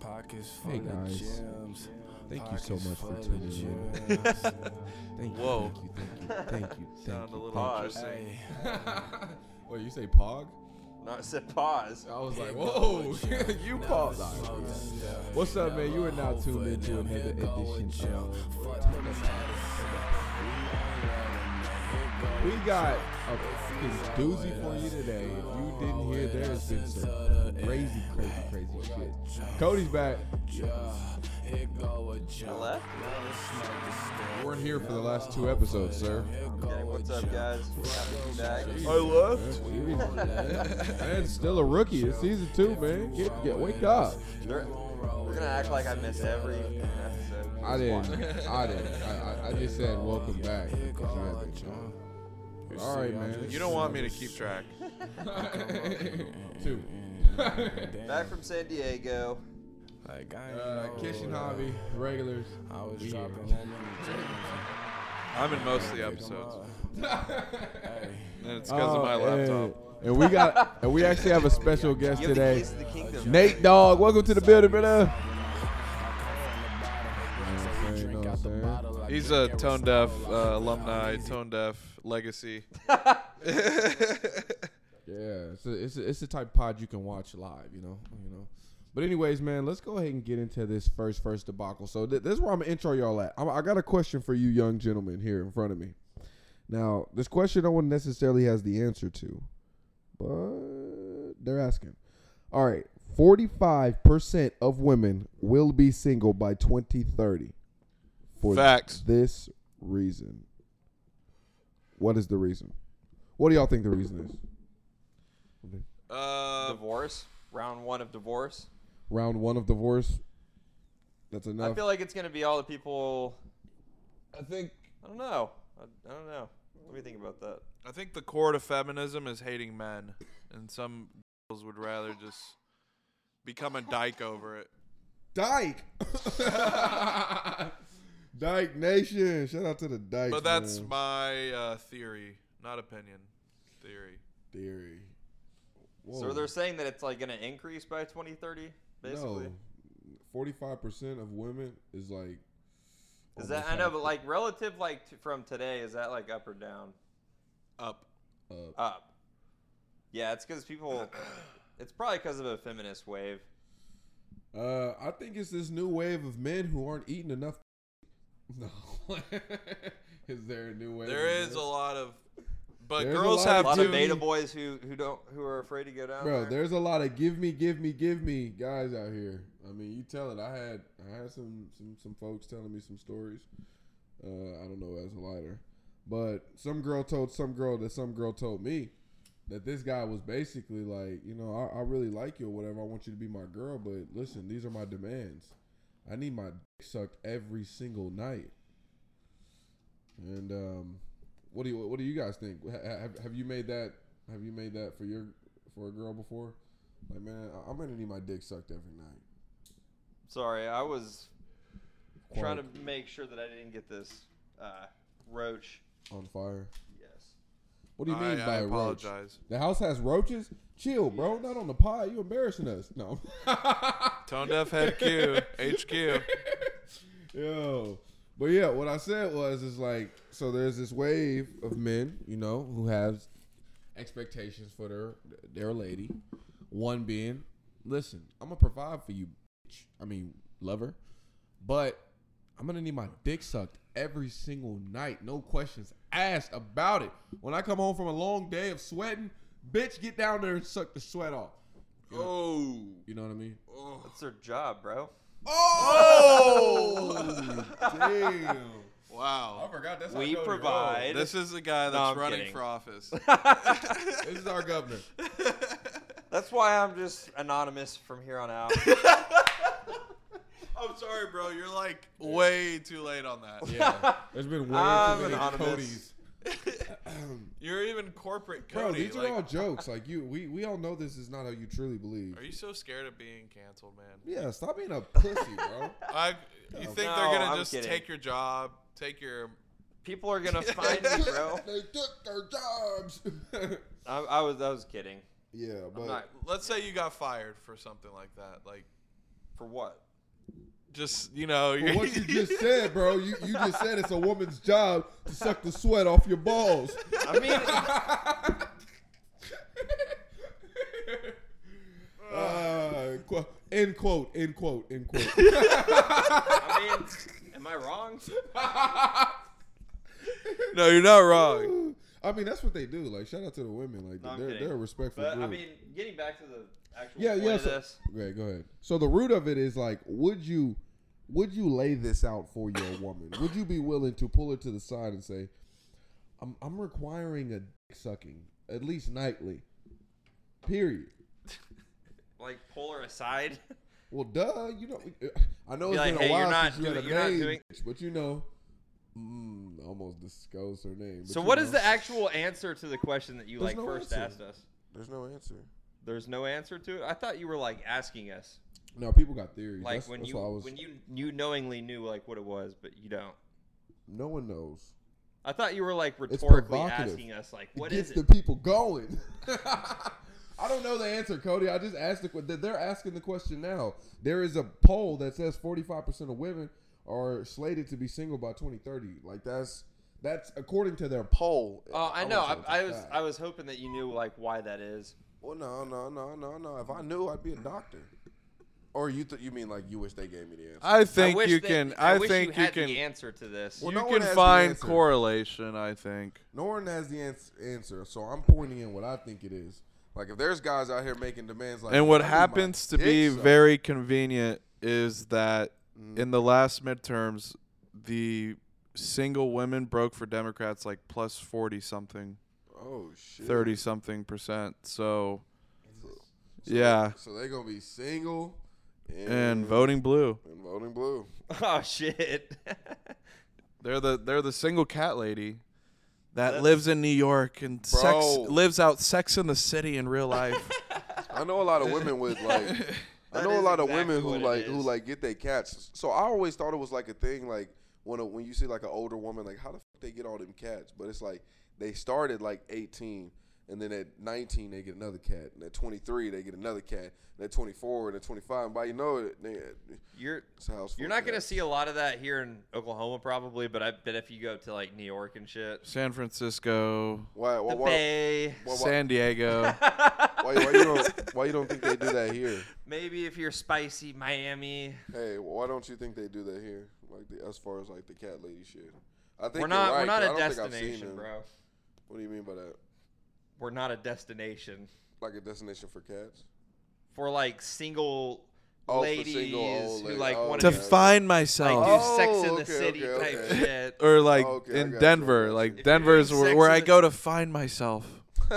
Hey guys, thank you so much for tuning in. Thank you, Whoa. Thank you, thank you, thank you. Thank Sound a you, little thank odd. Hey. you. Wait, you say pog? No, I said pause. I was like, whoa, you pog. What's up, man? You are now tuned into another edition of. We got a fucking doozy for you today. If you didn't hear, there has been some crazy, crazy, crazy shit. Cody's back. I left? You weren't here for the last two episodes, sir. Okay, what's up, guys? Happy to be back. left. man, still a rookie. It's season two, man. Get, get, wake up. We're, we're gonna act like I miss every episode. I didn't. I didn't. I, I, I just said welcome back. because you haven't come. All right, man. You don't want me to keep track. two. Back from San Diego. Like I ain't Uh, know kitchen that hobby regulars. I was We dropping here. that nigga James. I'm in most of the Pick 'em episodes, up. Hey, and it's because of my Oh, laptop. And, and we got and we actually have a special guest You have the today. keys to the kingdom. Nate Dog, welcome to the building, brother. drink out the bottle. I He's drink a tone deaf uh, alumni, tone deaf legacy. Yeah, it's a, it's a, it's the type of pod you can watch live, you know, you know. But anyways, man, let's go ahead and get into this first first debacle. So th- this is where I'm gonna intro y'all at. I'm, I got a question for you, young gentlemen, here in front of me. Now, this question no one necessarily has the answer to, but they're asking. All right, 45% of women will be single by 2030 for Facts. this reason. What is the reason? What do y'all think the reason is? Uh, Divorce. Round one of divorce. round one of divorce. That's enough. I feel like it's gonna be all the people. I think I don't know. I, I don't know. What do you think about that? I think the core to feminism is hating men, and some girls would rather just become a dyke over it. Dyke. Dyke Nation. Shout out to the Dyke. But that's my uh, theory, not opinion. Theory. theory. So they're saying that it's like gonna increase by 2030, basically. Forty-five percent of women is like. Is that I know, but like relative, like t- from today, is that like up or down? Up. Up. Yeah, it's because people. It's probably because of a feminist wave. Uh, I think it's this new wave of men who aren't eating enough. No. is there a new wave? There of is a men? lot of, but There's a girls lot A of- have lot of to. beta boys who who don't who are afraid to go down Bro, there. there's a lot of give me, give me, give me guys out here. I mean, you tell it. I had I had some some some folks telling me some stories. Uh, I don't know as a lighter, but some girl told some girl that some girl told me that this guy was basically like, you know, I, I really like you or whatever. I want you to be my girl, but listen, these are my demands. I need my dick sucked every single night. And um, what do you what do you guys think? Ha- ha- Have, have you made that have you made that for your for a girl before? Like, man, I- I'm gonna need my dick sucked every night. Sorry, I was trying Quark to make sure that I didn't get this uh, roach. on fire. Yes. What do you mean I, by I a roach? apologize. The house has roaches. Chill, bro. Not on the pod. You embarrassing us. No. Tone deaf head Q. HQ. Yo. But yeah, what I said was is like so there's this wave of men, you know, who have expectations for their their lady. One being, listen, I'm gonna provide for you, bitch. I mean, lover. But I'm gonna need my dick sucked every single night. No questions asked about it. When I come home from a long day of sweating, bitch, get down there and suck the sweat off. Oh. You know what I mean? That's their job, bro. Oh, damn! I Wow. forgot that's our We governor. provide. This is the guy that's I'm running kidding. for office. Oh, this is our governor. That's why I'm just anonymous from here on out. I'm sorry, bro. You're like way too late on that. Yeah, there's been way I'm too many anonymous. Codys. You're even corporate Bro, Cody. these are like, all jokes. Like you, we we all know this is not how you truly believe. are you so scared of being canceled, man? Yeah, stop being a pussy, bro. I, you think No, they're gonna I'm just kidding. take your job, take your? People are gonna find me, bro. they took their jobs. I, I was I was kidding. yeah, but not- Let's say you got fired for something like that. Like For what? just you know. But what you just said, bro, you, you just said it's a woman's job to suck the sweat off your balls. I mean, Uh, qu- end quote, end quote, end quote. I mean, am I wrong? no, you're not wrong. I mean, that's what they do. Like, shout out to the women. Like, No, I'm they're, kidding. they're a respectful But group. I mean, getting back to the actual Yeah, point yeah, of so- this, Okay, go ahead. So the root of it is like, would you would you lay this out for your woman? Would you be willing to pull her to the side and say, I'm I'm requiring a dick sucking, at least nightly. Period. like pull her aside. Well duh, you know I know Be it's like, been "Hey, a you're while not since you had doing- a you're not name, doing- bitch," but you know mm, almost disclosed her name. so, what is the actual answer to the question that you There's no like first answer. asked us? There's no answer. There's no answer to it. I thought you were like asking us, No, people got theories. like that's, when that's you why I was when you you knowingly knew like what it was, but you don't. no one knows. I thought you were like rhetorically provocative. asking us, like, It what gets is the it? people going. I don't know the answer, Cody. I just asked the que- they're- they're asking the question now. There is a poll that says 45% of women are slated to be single by 2030. Like that's that's according to their poll. Oh, I know. I, won't say I it's a was fact. I was hoping that you knew like why that is. Well, no, no, no, no, no. If I knew, I'd be a doctor. Or you th- you mean like you wish they gave me the answer? I I think wish you that- can. I, I, wish you, think you had can. the answer to this. Well, you no one can has the find answer. correlation. I think. No one has the ans- answer, so I'm pointing in what I think it is. Like if there's guys out here making demands, like and what "I need my happens to be dick sucked." very convenient is that Mm. in the last midterms, the single women broke for Democrats like plus 40 something, oh shit 30 something percent. So, yeah. So they're gonna be single and, And voting blue. and voting blue. oh shit. They're the they're the single cat lady that That's- lives in New York and sex Bro. lives out sex in the city in real life. I know a lot of women with like. I That know a is lot of exactly women who what it like who is. like get their cats. So I always thought it was like a thing like when a, when you see like an older woman like how the fuck they get all them cats? But it's like they started like 18 and then at 19 they get another cat and at 23 they get another cat and at 24 and at 25 and by you know it they, You're it's a house full you're of not gonna cats. see a lot of that here in Oklahoma probably, but I bet if you go to like New York and shit, San Francisco, why why the why, Bay, why, why, San Diego. why, why you don't why you don't think they do that here? maybe if you're spicy, Miami. Hey, why don't you think they do that here? Like the, as far as like the cat lady shit. I think We're you're not right, we're 'cause not I a don't think I've seen destination, them. bro. What do you mean by that? We're not a destination Like a destination for cats? for like single Oh, for ladies single old who lady- like oh, want to okay. find like myself. do sex in Oh, the okay, city okay, type okay. shit. or like Oh, Okay, I got in you. Denver. If Like you're Denver's doing where, sex where in I the- go to find myself.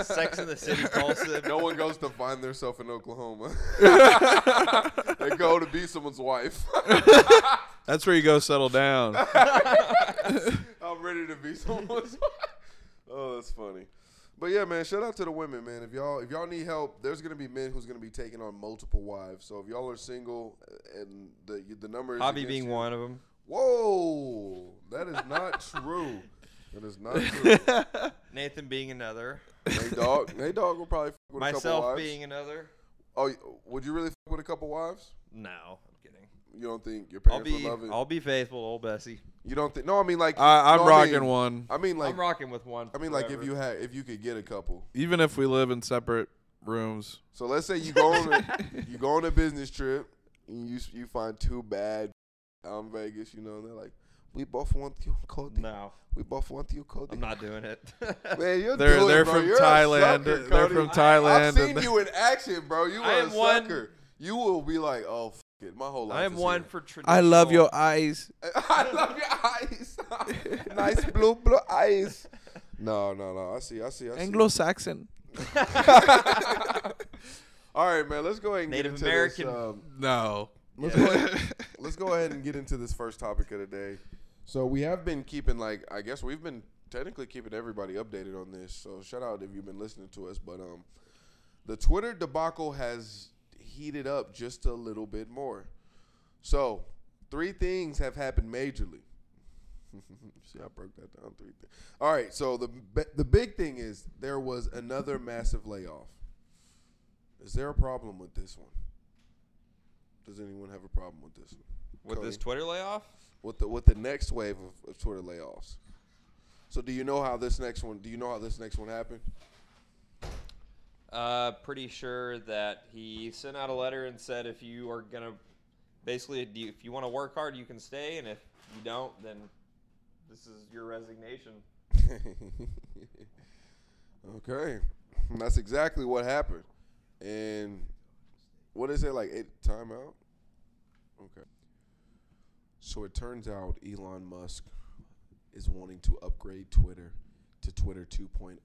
Sex in the City, Tulsa. no one goes to find themselves in Oklahoma. they go to be someone's wife. That's where you go settle down. I'm ready to be someone's wife. Oh, that's funny. But yeah, man, shout out to the women, man. If y'all if y'all need help, there's gonna be men who's gonna be taking on multiple wives. So if y'all are single uh, and the the number is Hobby against being you- one of them. Whoa, that is not true. That is not true. Nathan being another. hey dog, hey dog will probably fuck with a couple Myself wives. being another. oh, y- would you really fuck with a couple wives? No, I'm kidding. You don't think your I'll parents be would love it? I'll be faithful, to old Bessie. You don't think? No, I mean like I, I'm no, rocking I mean, one. I mean like I'm rocking with one. I mean like if forever. you had if you could get a couple. Even if we live in separate rooms. So let's say you go on a, you go on a business trip and you s- you find two bad out in Vegas. You know and they're like, we both want you, Cody. no, We both want you, Cody. I'm not doing it. Man, you're They're doing, they're bro. from You're a Thailand. sucker, they're Cody. from I've Thailand. seen and you in action, bro. You I are a am one- sucker. You will be like, oh, f- it. My whole life. I am is one here. for traditional. I love your eyes. I love your eyes. nice blue, blue eyes. No, no, no. I see. I see. I see. Anglo-Saxon. All right, man. Let's go ahead and Native get into American. This, um, No. let's, go ahead, let's go ahead and get into this first topic of the day. So we have been keeping, like, I guess we've been technically keeping everybody updated on this. So shout out if you've been listening to us. But um, the Twitter debacle has heated up just a little bit more. So three things have happened majorly. See, I broke that down. Three things. All right. So the b- the big thing is there was another massive layoff. Is there a problem with this one? Does anyone have a problem with this one? with this Cody. Twitter layoff. with the with the next wave of, of Twitter layoffs. So do you know how this next one? Do you know how this next one happened? Uh, pretty sure that he sent out a letter and said if you are gonna, basically, do you- if you want to work hard, you can stay, and if you don't, then this is your resignation. okay, that's exactly what happened. And what is it like? Eight timeout. Okay. So it turns out Elon Musk is wanting to upgrade Twitter to Twitter 2.0,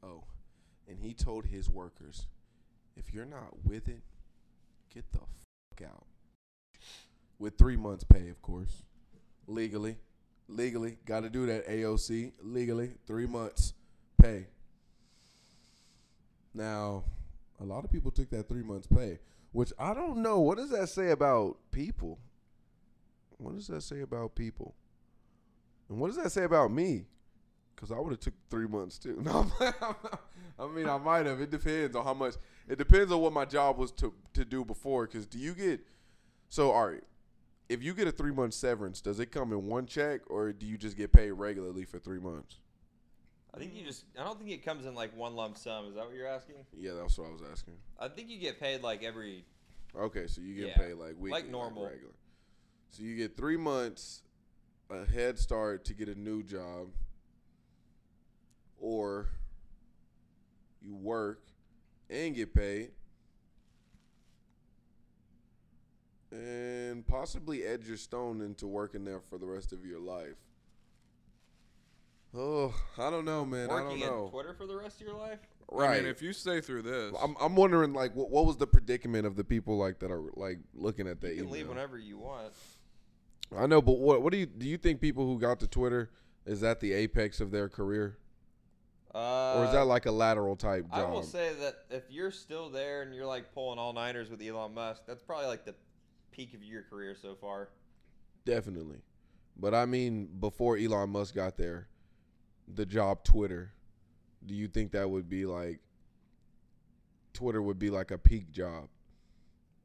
and he told his workers, "If you're not with it, get the fuck out." With three months' pay, of course, legally. Legally, got to do that. AOC legally, three months pay. Now, a lot of people took that three months pay, which I don't know. What does that say about people? What does that say about people? And what does that say about me? Because I would have took three months too. No, I mean I might have. It depends on how much. It depends on what my job was to to do before. Because do you get so all right? If you get a three month severance, does it come in one check or do you just get paid regularly for three months? I think you just. I don't think it comes in like one lump sum. Is that what you're asking? Yeah, that's what I was asking. I think you get paid like every. Okay, so you get Yeah, paid like weekly, normal. regular. So you get three months a head start to get a new job, or you work and get paid, and possibly edge your stone into working there for the rest of your life. Oh, I don't know, man. I don't working know. at Twitter for the rest of your life. right. I mean, if you stay through this, I'm, I'm wondering like what, what was the predicament of the people like that are like looking at that You can email? leave whenever you want. I know, but what what do you do you think people who got to Twitter is that the apex of their career Uh, or is that like a lateral type job? I will say that if you're still there and you're like pulling all niners with Elon Musk, that's probably like the peak of your career so far. Definitely. But I mean before Elon Musk got there, the job Twitter, do you think that would be like Twitter would be like a peak job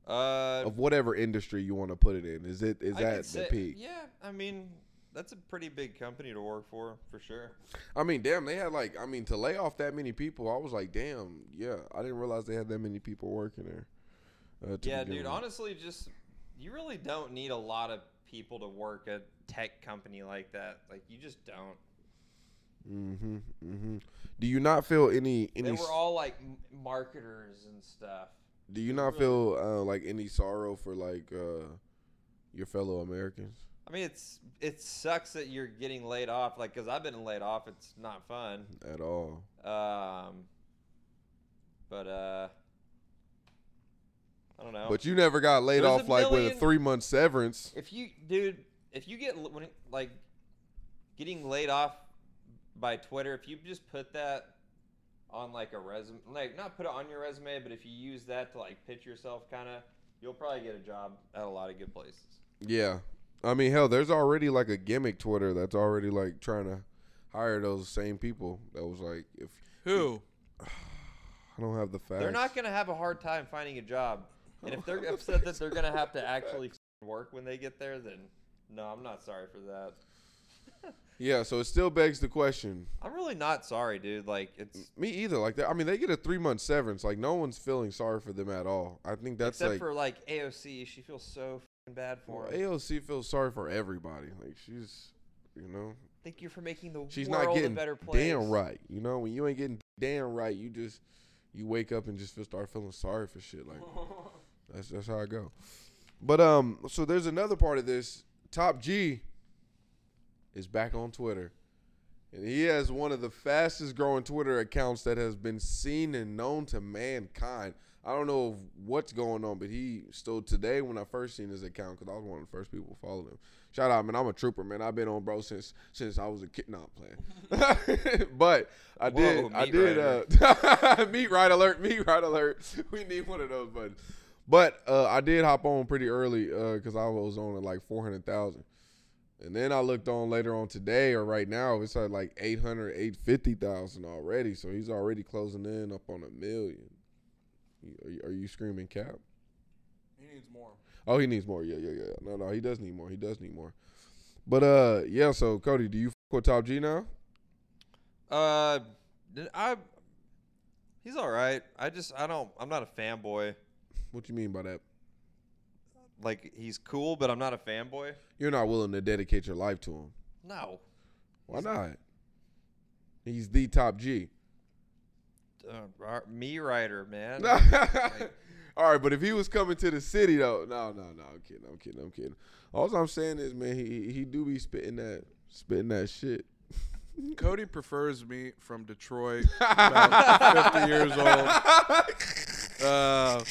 Uh, of whatever industry you want to put it in? Is it is I that could the say- peak? Yeah, I mean that's a pretty big company to work for, for sure. I mean, damn, they had like, I mean, to lay off that many people, I was like, damn, yeah, I didn't realize they had that many people working there. Uh, to Yeah, begin dude. with. Honestly, just you really don't need a lot of people to work a tech company like that. Like you just don't. Mhm, mhm. Do you not feel any any? They were s- all like m- marketers and stuff. do you not feel uh, like any sorrow for like uh, your fellow Americans? I mean, it's it sucks that you're getting laid off. Like, cause I've been laid off. It's not fun. At all. Um, but uh, I don't know. But you never got laid There's a off like with a million- three month severance. if you, dude, if you get l- when it- like getting laid off by Twitter, if you just put that on like a resume, like not put it on your resume, but if you use that to like pitch yourself, kind of, you'll probably get a job at a lot of good places. Yeah, I mean, hell, there's already like a gimmick Twitter that's already like trying to hire those same people. That was like, if who? I don't have the facts, They're not gonna have a hard time finding a job, and if they're upset that they're gonna have to actually work when they get there, then no, I'm not sorry for that. Yeah, so it still begs the question. I'm really not sorry, dude. Like it's Me either. Like that. I mean, they get a three month severance. Like no one's feeling sorry for them at all. I think that's except like for like AOC, she feels so fing bad for well, him. AOC feels sorry for everybody. Like she's, you know, Thank you for making the she's world not a getting better place. damn right. You know, when you ain't getting damn right, you just you wake up and just feel start feeling sorry for shit. Like that's that's how I go. But um, so there's another part of this. Top G is back on Twitter. And he has one of the fastest growing Twitter accounts that has been seen and known to mankind. I don't know what's going on, but he still today when I first seen his account because I was one of the first people following him. Shout out, man! I'm a trooper, man. I've been on bro since since I was a kid. Not playing, but I did. Whoa, I meat did. Uh, meat right alert. Meat right alert. We need one of those buttons. But uh, I did hop on pretty early because I was on at like four hundred thousand. And then I looked on later on today or right now, it's at like 800, 850,000 already. So he's already closing in up on a million. You- Are you, are you screaming cap? He needs more. Oh, he needs more. Yeah, yeah, yeah. No, no, he does need more. He does need more. But uh, yeah. So Cody, do you fuck with Top G now? Uh, did I. He's all right. I just I don't I'm not a fanboy. What you mean by that? Like he's cool, but I'm not a fanboy. You're not willing to dedicate your life to him. No. Why not? He's the Top G. Uh, r- me writer, man. All right, but if he was coming to the city though, no, no, no, I'm kidding, I'm kidding, I'm kidding. All I'm saying is, man, he he do be spitting that spitting that shit. Cody prefers me from Detroit, about 50 years old. Uh,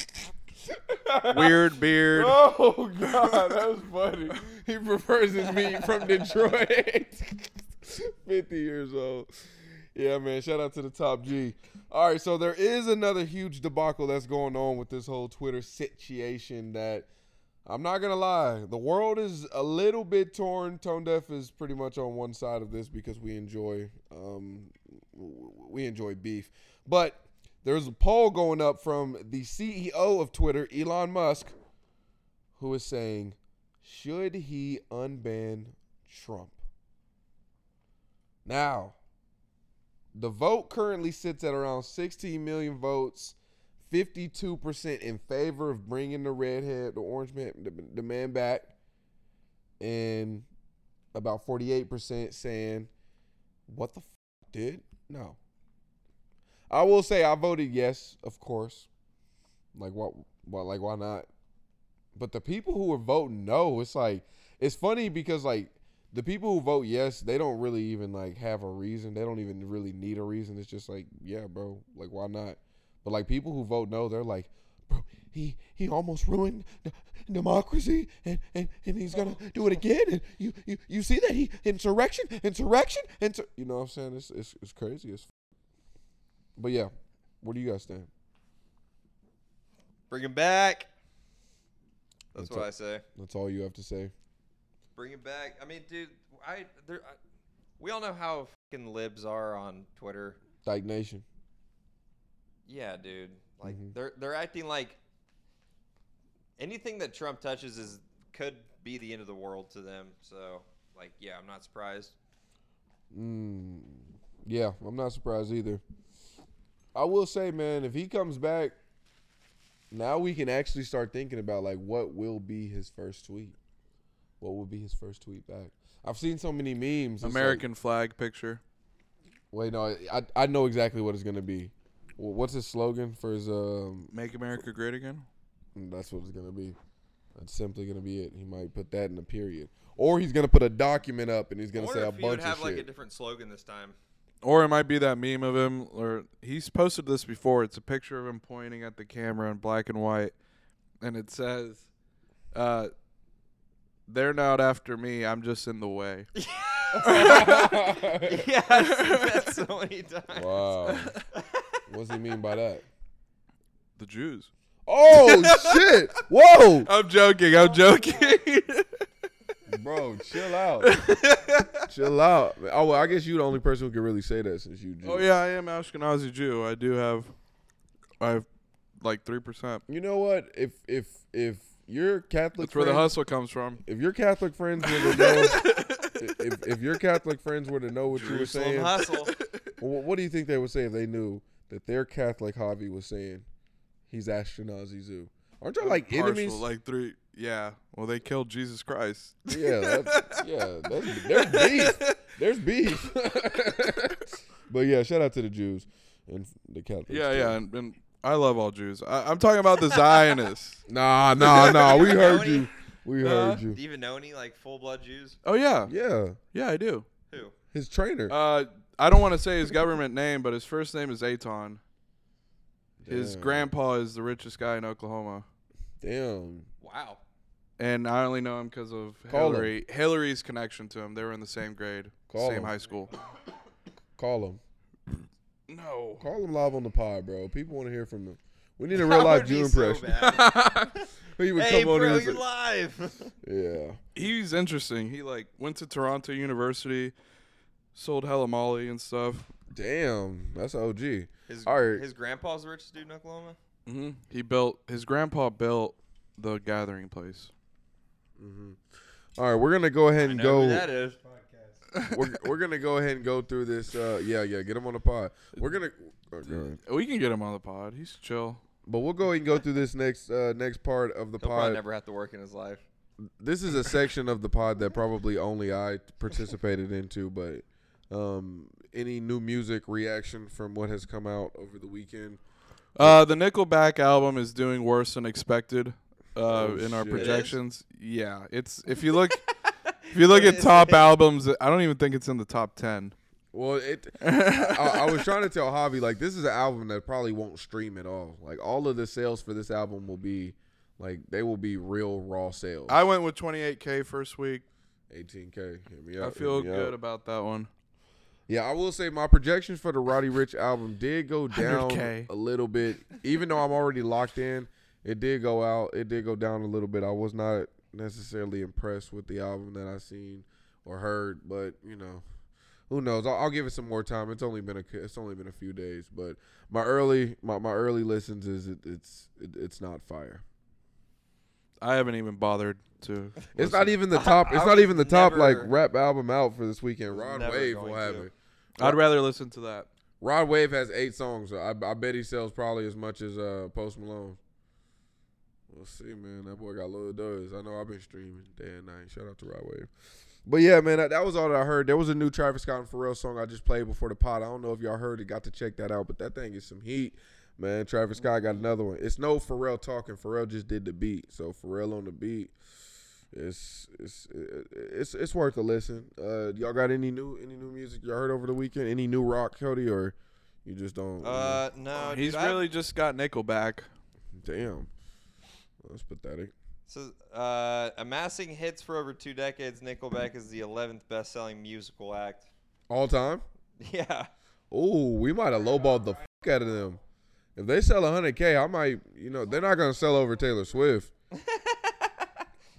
weird beard. Oh God, that was funny. He prefers his meat from Detroit. Fifty years old. Yeah, man. Shout out to the top G. All right, so there is another huge debacle that's going on with this whole Twitter situation. That I'm not gonna lie, the world is a little bit torn. Tone Deaf is pretty much on one side of this because we enjoy um, w- we enjoy beef, but there's a poll going up from the CEO of Twitter, Elon Musk, who is saying, should he unban Trump? Now, the vote currently sits at around 16 million votes, 52% in favor of bringing the redhead, the orange man, the, the man back, and about 48% saying, what the f, dude? No. I will say I voted yes, of course. Like what? Why? Like why not? But the people who are voting no, it's like it's funny because like the people who vote yes, they don't really even like have a reason. They don't even really need a reason. It's just like yeah, bro. Like why not? But like people who vote no, they're like, bro, he he almost ruined d- democracy, and, and and he's gonna do it again. And you you you see that he insurrection, insurrection, insur- You know what I'm saying? It's it's, it's crazy. It's but yeah, where do you guys stand? Bring him back. That's That's what it. I say. That's all you have to say. Bring him back. I mean, dude, I, there, I we all know how fucking libs are on Twitter. Dyke Nation. Yeah, dude. Like Mhm. they're they're acting like anything that Trump touches is could be the end of the world to them. So, like, yeah, I'm not surprised. Mm, yeah, I'm not surprised either. I will say, man, if he comes back, now we can actually start thinking about like what will be his first tweet. What will be his first tweet back? I've seen so many memes. it's like- American flag picture. wait, no, I I know exactly what it's gonna be. Wh- What's his slogan for his um Make America great again. And That's what it's gonna be. That's simply gonna be it. He might put that in a period, or he's gonna put a document up and he's gonna I say wonder a if he would bunch have of like a shit. different slogan this time. Or it might be that meme of him, or he's posted this before. It's a picture of him pointing at the camera in black and white, and it says, uh, "They're not after me. I'm just in the way." yeah, I've seen that so many times. wow. What's he mean by that? The Jews. Oh shit! Whoa, I'm joking. I'm Oh, joking. bro, chill out, chill out. Oh, well, I guess you the only person who can really say that since you. Jew. oh yeah, I am Ashkenazi Jew. I do have, I have like three percent. You know what? If if if your Catholic That's where the friends- hustle comes from. if your Catholic friends were to know, if, if your Catholic friends were to know what you were Some saying, hustle. Well, what do you think they would say if they knew that their Catholic hobby was saying he's Ashkenazi Zoo? Aren't y'all like Partial, enemies? Like three. Yeah. Well, they killed Jesus Christ. yeah, that's, yeah. That's, there's beef. There's beef. but yeah, shout out to the Jews and the Catholics. Yeah, too. yeah, and, and I love all Jews. I, I'm talking about the Zionists. Nah, nah, nah. We heard Tony. you. We Huh? heard you. Do you even know any like full blood Jews? Oh yeah, Yeah, yeah, I do. Who? his trainer. Uh, I don't want to say his government name, but his first name is Aton. His Damn. grandpa is the richest guy in Oklahoma, Damn. Wow. and I only know him because of Call him. Hillary. Hillary's connection to him. They were in the same grade, Call same him. high school. Call him. No. Call him live on the pod, bro. People want to hear from him. We need a real life Jew impression. he would hey, come on here bro, and you're say- live. Yeah. He's interesting. He like went to Toronto University, sold hella Molly and stuff. Damn. That's OG. His, All right. Mm-hmm. his grandpa's the richest dude in Oklahoma. hmm He built his grandpa built the gathering place. Mm-hmm. All right, we're gonna go ahead and go. that is. We're, we're gonna go ahead and go through this. Uh, yeah, yeah, get him on the pod. We're gonna. oh, go ahead. We can get him on the pod. He's chill. But we'll go ahead and go through this next uh, next part of the He'll pod. probably never have to work in his life. this is a section of the pod that probably only I participated into, but um, any new music reaction from what has come out over the weekend? Uh, the Nickelback album is doing worse than expected. Uh, Oh, in our shit. It is? projections, yeah, it's if you look if you look at top albums, I don't even think it's in the top ten. Well, it. I, I was trying to tell Javi like this is an album that probably won't stream at all. Like all of the sales for this album will be, like they will be real raw sales. I went with 28k first week. 18k. Hit me up, I hit feel me good up. about that one. Yeah, I will say my projections for the Roddy Rich album did go down 100K. a little bit. Even though I'm already locked in, it did go out. It did go down a little bit. I was not necessarily impressed with the album that I seen or heard, but you know, who knows? I'll, I'll give it some more time. It's only been a c- it's only been a few days, but my early my, my early listens is it, it's it, it's not fire. I haven't even bothered to. It's not listen. even the top. I It's not even the was top like never- rap album out for this weekend. Rod never Wave going will have to. it. I'd rather listen to that. Rod Wave has eight songs. I, I bet he sells probably as much as uh, Post Malone. We'll see, man. That boy got loyal does. I know I've been streaming day and night. Shout out to Rod Wave. But yeah, man, that, that was all that I heard. There was a new Travis Scott and Pharrell song I just played before the pod. I don't know if y'all heard it. Got to check that out. But that thing is some heat, man. Travis Scott got another one. It's no Pharrell talking. Pharrell just did the beat. So Pharrell on the beat. It's it's it's it's worth a listen. Uh, y'all got any new any new music y'all heard over the weekend? Any new rock, Cody, or you just don't? Uh, no, He's dude, I- really just got Nickelback. damn, that's pathetic. So, uh, amassing hits for over two decades, Nickelback is the 11th best-selling musical act. All time. Yeah, Oh, we might have lowballed the fuck out of them. If they sell 100k, I might. You know, they're not gonna sell over Taylor Swift.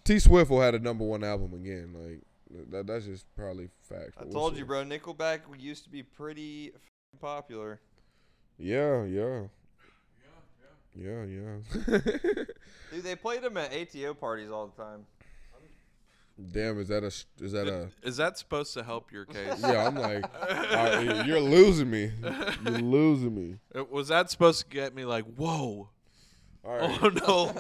T Swift will had a number one album again. Like that, that's just probably fact. I but we'll told see. you, bro. Nickelback used to be pretty f***ing popular. Yeah, yeah. Yeah, yeah. Dude, they played them at ATO parties all the time. Damn, is that a s- is that a Is that supposed to help your case? Yeah, I'm like, I- you're losing me. You're losing me. Uh, Was that supposed to get me like, whoa? All right. Oh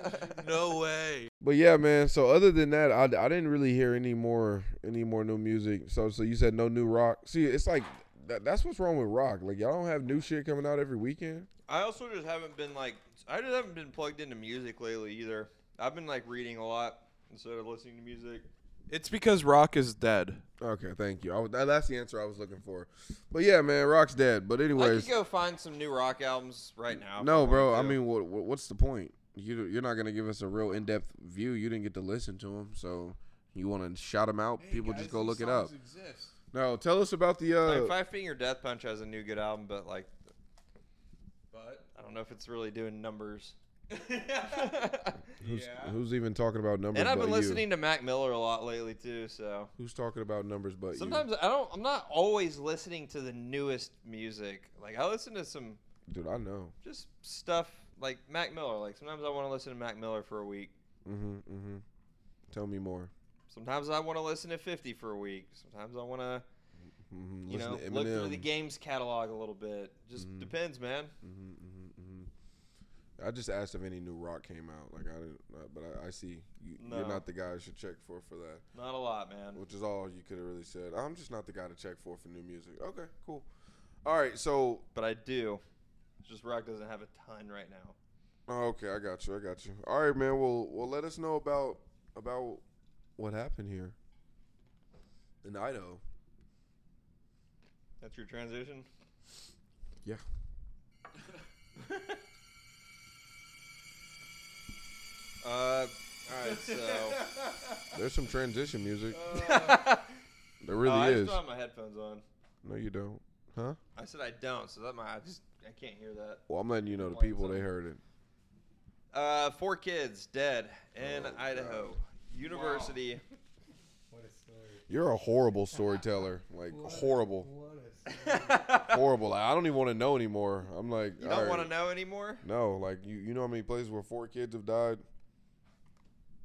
no, no way. But yeah, man. So other than that, I, I didn't really hear any more any more new music. So so you said no new rock. See, it's like that, that's what's wrong with rock. Like y'all don't have new shit coming out every weekend. I also just haven't been like, I just haven't been plugged into music lately either. I've been like reading a lot instead of listening to music. It's because rock is dead. Okay, thank you. I, was- that, that's the answer I was looking for. But yeah, man, rock's dead. But I anyways, could go find some new rock albums right now. if no, wanted bro. I to. mean, what, what what's the point? You you're not gonna give us a real in depth view. You didn't get to listen to them, so you want to shout them out. People just go look it up. No, tell us about the. uh like Five Finger Death Punch has a new good album, but like, but I don't know if it's really doing numbers. Who's, who's even talking about numbers? and I've but been you? listening to Mac Miller a lot lately too, so Who's talking about numbers? But sometimes I don't. I'm not always listening to the newest music. Like I listen to some you. dude, I know. just stuff like Mac Miller. Like sometimes I want to listen to Mac Miller for a week. Mm-hmm, mm-hmm. Tell me more. Sometimes I want to listen to 50 for a week. Sometimes I want to, Mm-hmm. you know, look through the games catalog a little bit. Just depends, man. Mm-hmm, mm-hmm, I just asked if any new rock came out. Like I didn't, uh, but I, I see you, you're No. not the guy I should check for for that. Not a lot, man. which is all you could have really said. I'm just not the guy to check for for new music. Okay, cool. All right, so But I do. It's Just rock doesn't have a ton right now. oh, okay, I got you. I got you. All right, man. Well, well, let us know about about what happened here in Idaho. That's your transition. Yeah. Uh, all right. So There's some transition music. There Oh, really I just is. don't have my headphones on. No, you don't. Huh? I said I don't, so that might I just I can't hear that. Well, I'm letting you know the Playing people they something. heard it. Uh, four kids dead in Idaho. University. You're a horrible storyteller. Like horrible, horrible. Like, I don't even want to know anymore. I'm like, You don't want to know anymore? No, like you, you know how many places where four kids have died?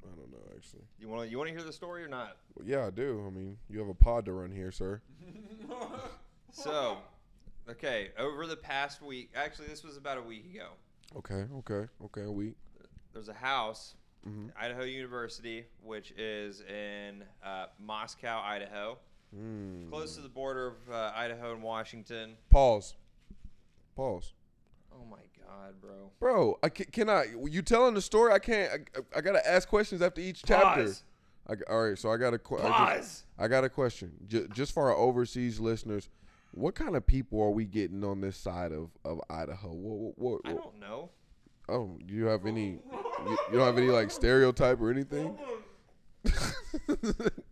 I don't know actually. You want to you want to hear the story or not? Well, yeah, I do. I mean, you have a pod to run here, sir. So, okay, over the past week, actually, this was about a week ago. Okay, okay, okay. A week. There's a house, Mm-hmm. Idaho University, which is in uh, Moscow, Idaho, Mm. close to the border of uh, Idaho and Washington. Pause. Pause. Oh my God, bro! Bro, I ca- can I? You telling the story? I can't. I, I gotta ask questions after each chapter. Pause. I, all right, so I got a que- I, just, Pause. I got a question. J- just for our overseas listeners, what kind of people are we getting on this side of of Idaho? What? What? I what don't know. oh, do you have any? You, you don't have any like stereotype or anything?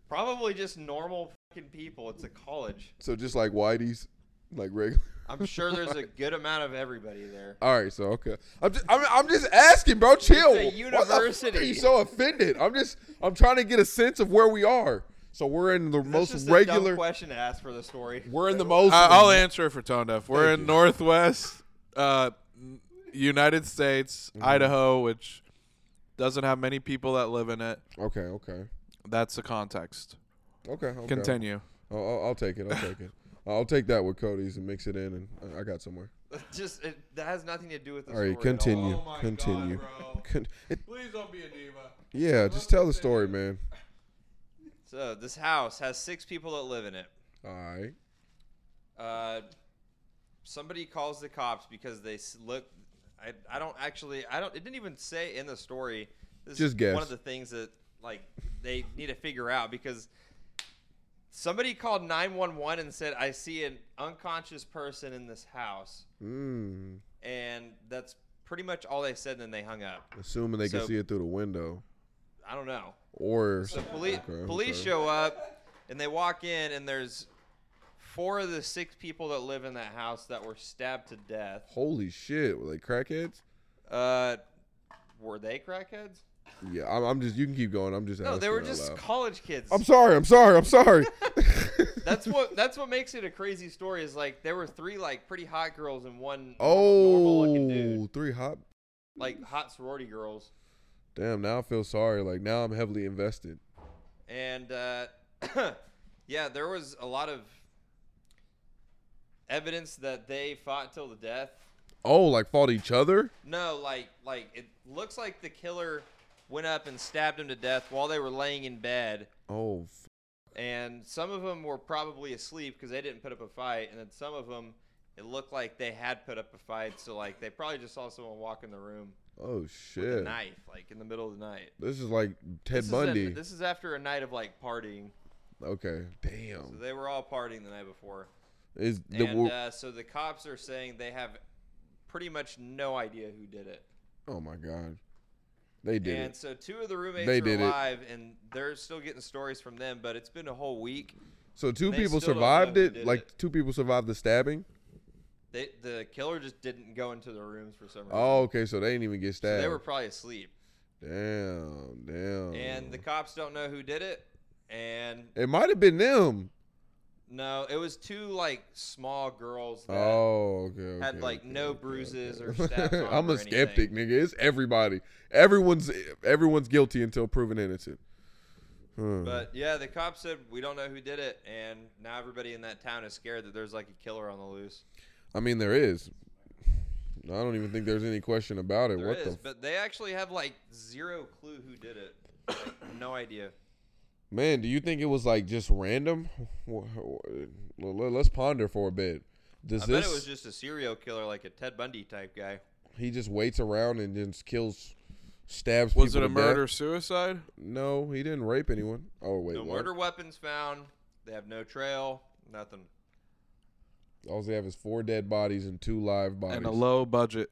Probably just normal fucking people. It's a college. so just like whiteys, like regular. I'm sure there's a good amount of everybody there. All right, so okay. I'm just, I'm, I'm just asking, bro. Chill. a What the fuck are university. you so offended? I'm just I'm trying to get a sense of where we are. So we're in the That's most just a dumb regular. question to ask for the story. We're in the most. I, I'll answer it for Tone Deaf. We're Thank in you. Northwest uh, n- United States, Mm-hmm. Idaho, which doesn't have many people that live in it. okay, okay, That's the context. okay, okay. Continue. I'll, I'll- I'll take it. I'll take it. I'll take that with Cody's and mix it in, and I- I got somewhere. Just it, that has nothing to do with the All right, story. at continue. all. Oh my God, Continue. bro. Con- it- Please don't be a diva. yeah, just tell the story, man. So this house has six people that live in it. All right. Uh, somebody calls the cops because they s- look. I, I don't actually. I don't. It didn't even say in the story. This is Just guess. One of the things that like they need to figure out because somebody called nine one one and said, "I see an unconscious person in this house," Mm, and that's pretty much all they said. And then they hung up. assuming they So- can see it through the window, I don't know. or So police Okay, police okay. show up and they walk in and there's four of the six people that live in that house that were stabbed to death. Holy shit! Were they crackheads? Uh, were they crackheads? Yeah, I'm, I'm just. You can keep going. I'm just. No, they were asking out just loud. college kids. I'm sorry. I'm sorry. I'm sorry. that's what that's what makes it a crazy story is like there were three like pretty hot girls and one normal looking Oh, dude. three hot. Like hot sorority girls. Damn. Now I feel sorry. Like now I'm heavily invested. And uh, yeah, there was a lot of evidence that they fought till the death. Oh, like fought each other. No, like like it looks like the killer went up and stabbed him to death while they were laying in bed, Oh, f- and some of them were probably asleep because they didn't put up a fight, and then some of them it looked like they had put up a fight, so like they probably just saw someone walk in the room oh with a shit. knife, like in the middle of the night. This is like Ted This is an- Bundy. this is after a night of like partying, okay. so Damn. they were all partying the night before, Is Oh. the and wo- uh, so the cops are saying they have pretty much no idea who did it. oh my god. They did. and it. so two of the roommates They are did it. alive, and they're still getting stories from them. But it's been a whole week. So two they people still don't survived know who it. did Like it. two people survived the stabbing. They, the killer just didn't go into the rooms for some reason. Oh, okay. So they didn't even get so stabbed. they were probably asleep, damn. Damn. and the cops don't know who did it. And it might have been them. no, it was two like small girls that Oh, okay. okay had like okay, no okay, bruises okay. or stabs. on I'm them a or skeptic, anything. nigga. It's everybody. Everyone's everyone's guilty until proven innocent. Hmm. Huh. But yeah, the cops said we don't know who did it, and now everybody in that town is scared that there's like a killer on the loose. I mean, there is. I don't even think there's any question about it. There what is, the? F- but they actually have like zero clue who did it. Like, no idea. Man, do you think it was like just random? Wha- wha- well, Let's ponder for a bit. Does I this? bet it was just a serial killer, like a Ted Bundy type guy. he just waits around and then kills, stabs. Was it people a to death? murder suicide? No, he didn't rape anyone. Oh wait, no what? murder weapons found. They have no trail. Nothing. All they have is four dead bodies and two live bodies. And a low budget.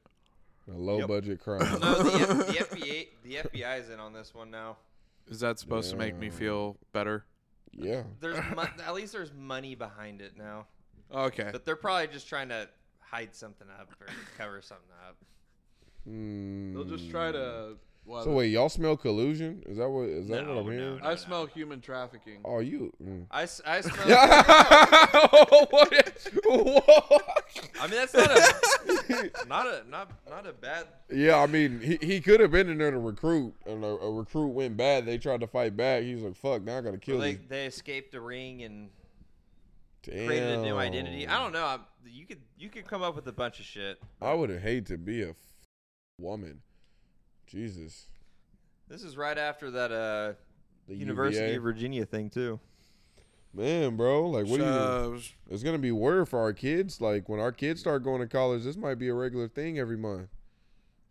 a low Yep. budget crime. No, the, F- the FBI, the FBI is in on this one now. Is that supposed to make me feel better? yeah. There's mon- at least there's money behind it now, Okay. but they're probably just trying to hide something up or cover something up. Hmm. They'll just try to. So wait, y'all smell collusion? Is that what? Is that No, what I'm no, hearing? no. I smell human trafficking. Oh, you. Mm. I, s- I smell. what? I mean, that's not a not a not not a bad. Yeah, I mean, he, he could have been in there to recruit, and a, a recruit went bad. They tried to fight back. He was like, "Fuck, now I gotta kill They these." they escaped the ring and Damn. created a new identity. I don't know. i you could you could come up with a bunch of shit. I would have hated to be a f- woman. Jesus. This is right after that uh, The University UVA. of Virginia thing too. Man, bro, like, what do you? Shoves. It's gonna be worried for our kids. Like when our kids start going to college, this might be a regular thing every month.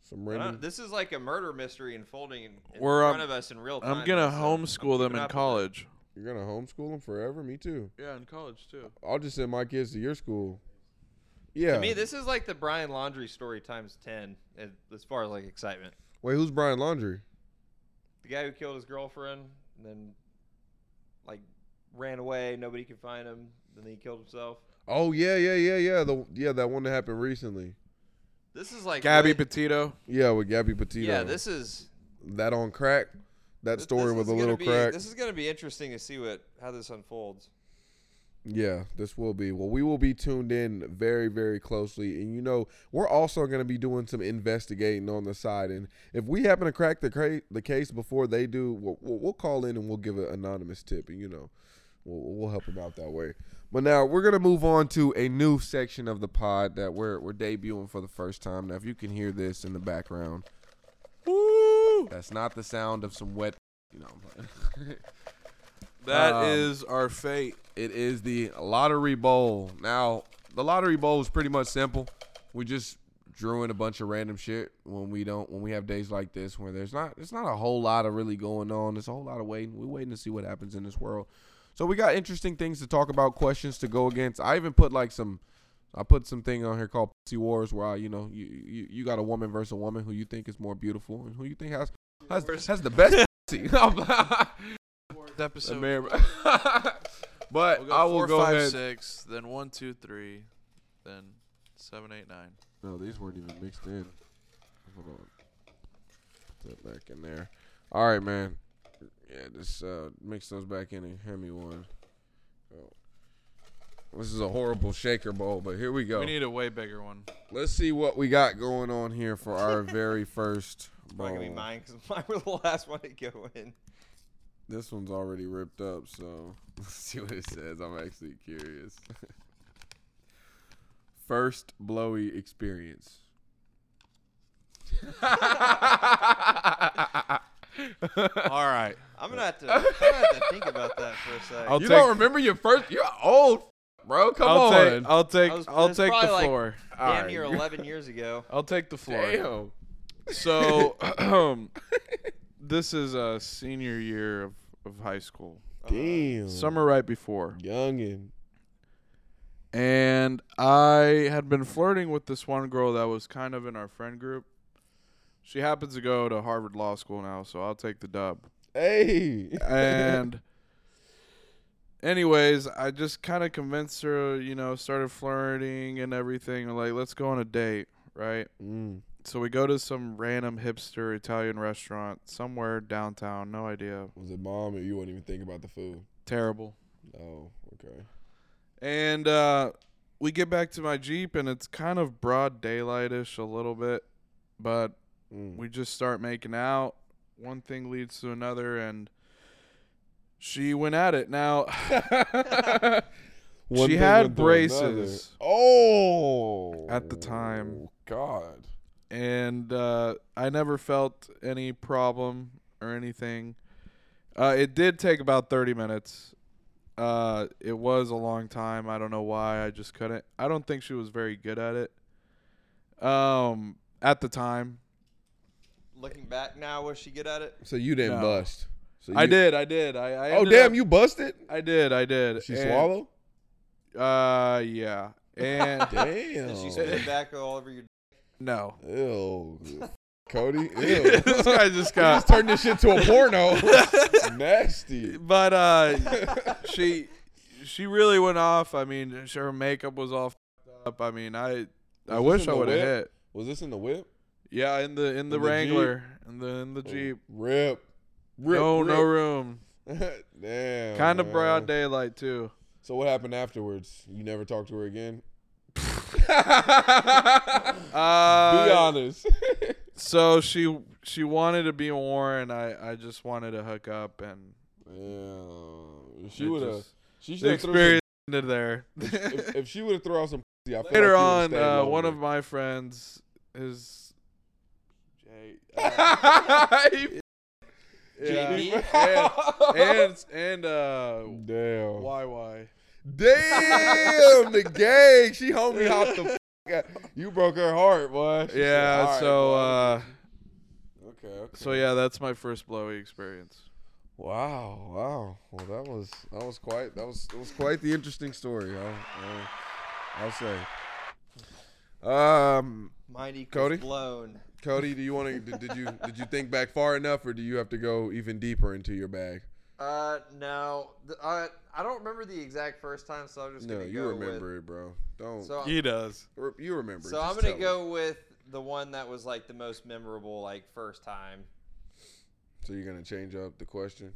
Some I random. don't- Uh, This is like a murder mystery unfolding in, in We're, front of um, us in real time. I'm gonna so homeschool I'm them keeping in up with it. college. You're gonna homeschool them forever. Me too. Yeah, in college too. I'll just send my kids to your school. Yeah. To me, this is like the Brian Laundry story times ten as, as far as like excitement. Wait, who's Brian Laundry? The guy who killed his girlfriend, and then like ran away. Nobody could find him. Then he killed himself. Oh yeah, yeah, yeah, yeah. The yeah that one that happened recently. This is like Gabby really- Petito. Yeah, with Gabby Petito. yeah, this is that on crack. That th- story this with is a gonna little be- crack. This is gonna be interesting to see what how this unfolds. Yeah, this will be. Well, we will be tuned in very, very closely. And you know, we're also going to be doing some investigating on the side. And if we happen to crack the cra- the case before they do, we'll, we'll we'll call in and we'll give an anonymous tip. And you know, we'll, we'll help them out that way. But now we're gonna move on to a new section of the pod that we're we're debuting for the first time. Now, if you can hear this in the background, that's not the sound of some wet. You know, I'm playing. That Um, is our fate. It is the Lottery Bowl. Now, the Lottery Bowl is pretty much simple. We just drew in a bunch of random shit when we don't when we have days like this where there's not there's not a whole lot of really going on. There's a whole lot of waiting. We're waiting to see what happens in this world. So we got interesting things to talk about, questions to go against. I even put like some I put something on here called Pussy Wars where I, you know, you, you you got a woman versus a woman who you think is more beautiful and who you think has has, has the best pussy. Episode. Amer- but We'll I will four, go five, ahead. six, then one, two, three, then seven, eight, nine. No, these weren't even mixed in. Hold on. Put that back in there. All right, man. Yeah, just uh, mix those back in and hand me one. Oh. This is a horrible shaker bowl, but here we go. We need a way bigger one. Let's see what we got going on here for our very first bowl. Probably gonna be mine because mine were the last one to go in. This one's already ripped up, so let's see what it says. I'm actually curious. First blowy experience. All right. I'm gonna have to, I'm gonna have to think about that for a second. I'll you take- don't remember your first? You're old, bro. Come I'll on. take. I'll take. I was- I'll it's take the probably like- floor. Damn Alright. near 11 years ago. I'll take the floor. Damn. So, um, this is a senior year of, of high school. Damn. Summer right before. youngin. and I had been flirting with this one girl that was kind of in our friend group. She happens to go to Harvard Law School now, so I'll take the dub. Hey. And anyways, I just kind of convinced her, you know, started flirting and everything. Like, let's go on a date, right? Mm. So we go to some random hipster Italian restaurant somewhere downtown, no idea. Was it mom or you wouldn't even think about the food? Terrible. Oh, okay. And uh, we get back to my Jeep, and it's kind of broad daylightish a little bit, but Mm. we just start making out. One thing leads to another, and she went at it. Now, One she thing had went to braces, another. Oh. At the time. God. and uh, I never felt any problem or anything. Uh, it did take about 30 minutes. Uh, it was a long time. I don't know why. I just couldn't. I don't think she was very good at it. Um, at the time, Looking back now, was she good at it? So you didn't No. bust. So I you- did. I did. I. I Oh ended damn, up- you busted? I did. I did. She And- swallow? Uh, yeah. And Damn. Did she spit tobacco all over your? no. Ew. Cody? Ew. this guy just Just got. turned this shit to a porno. Nasty. But uh, she she really went off. I mean, sh- her makeup was all f***ed up. I mean, I I Was wish this I in the would have whip? hit. Was this in the whip? Yeah, in the In in the the Jeep? Oh. Wrangler, in the in the Jeep. Rip. Rip. no, no rip. room. Damn. Kind of man. broad daylight too. So what happened afterwards? You never talked to her again? Uh, Be honest. So she she wanted to be Warren. I I just wanted to hook up and yeah, she it would have. just- She should the have thrown. experience ended there. Some, if, if she would have thrown out some, pussy, I feel Later like on, uh, one of my friends his he- uh, yeah. GD? and and uh Damn. YY. Damn, the gang. She homie hopped the. F- out. You broke her heart, boy. She Yeah, said, "All right, so boy." uh okay, okay. so yeah, that's my first blowy experience. Wow, wow. Well, that was that was quite that was it was quite the interesting story. I'll, I'll, I'll say. Um, Mind equals Cody? blown. Cody, do you want to? Did, did you did you think back far enough, or do you have to go even deeper into your bag? Uh, no. Th- uh, I don't remember the exact first time, so I'm just No, gonna you go remember it, bro. Don't With, so He does. re- you remember? it, so I'm just gonna tell me. go with the one that was like the most memorable, like first time. So you're gonna change up the question?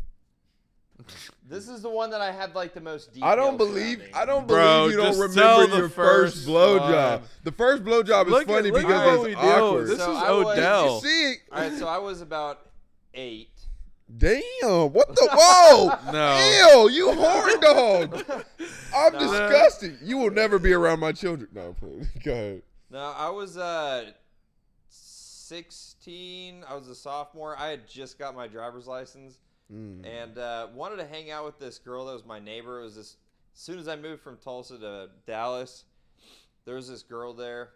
This is the one that I had like the most. Hmm. I don't details believe surrounding. I don't Bro, believe you don't just tell remember the your first first blowjob. one. The first blowjob is Look at- funny look at because what we it's do. awkward. This So is I was- Odell. you see it? All right, so I was about eight. Damn! What the? Whoa! No. Ew! You horn dog! I'm No. disgusted. You will never be around my children. No, please. go ahead. No, I was uh, 16. I was a sophomore. I had just got my driver's license Mm. and uh, wanted to hang out with this girl that was my neighbor. It was this. As soon as I moved from Tulsa to Dallas, there was this girl there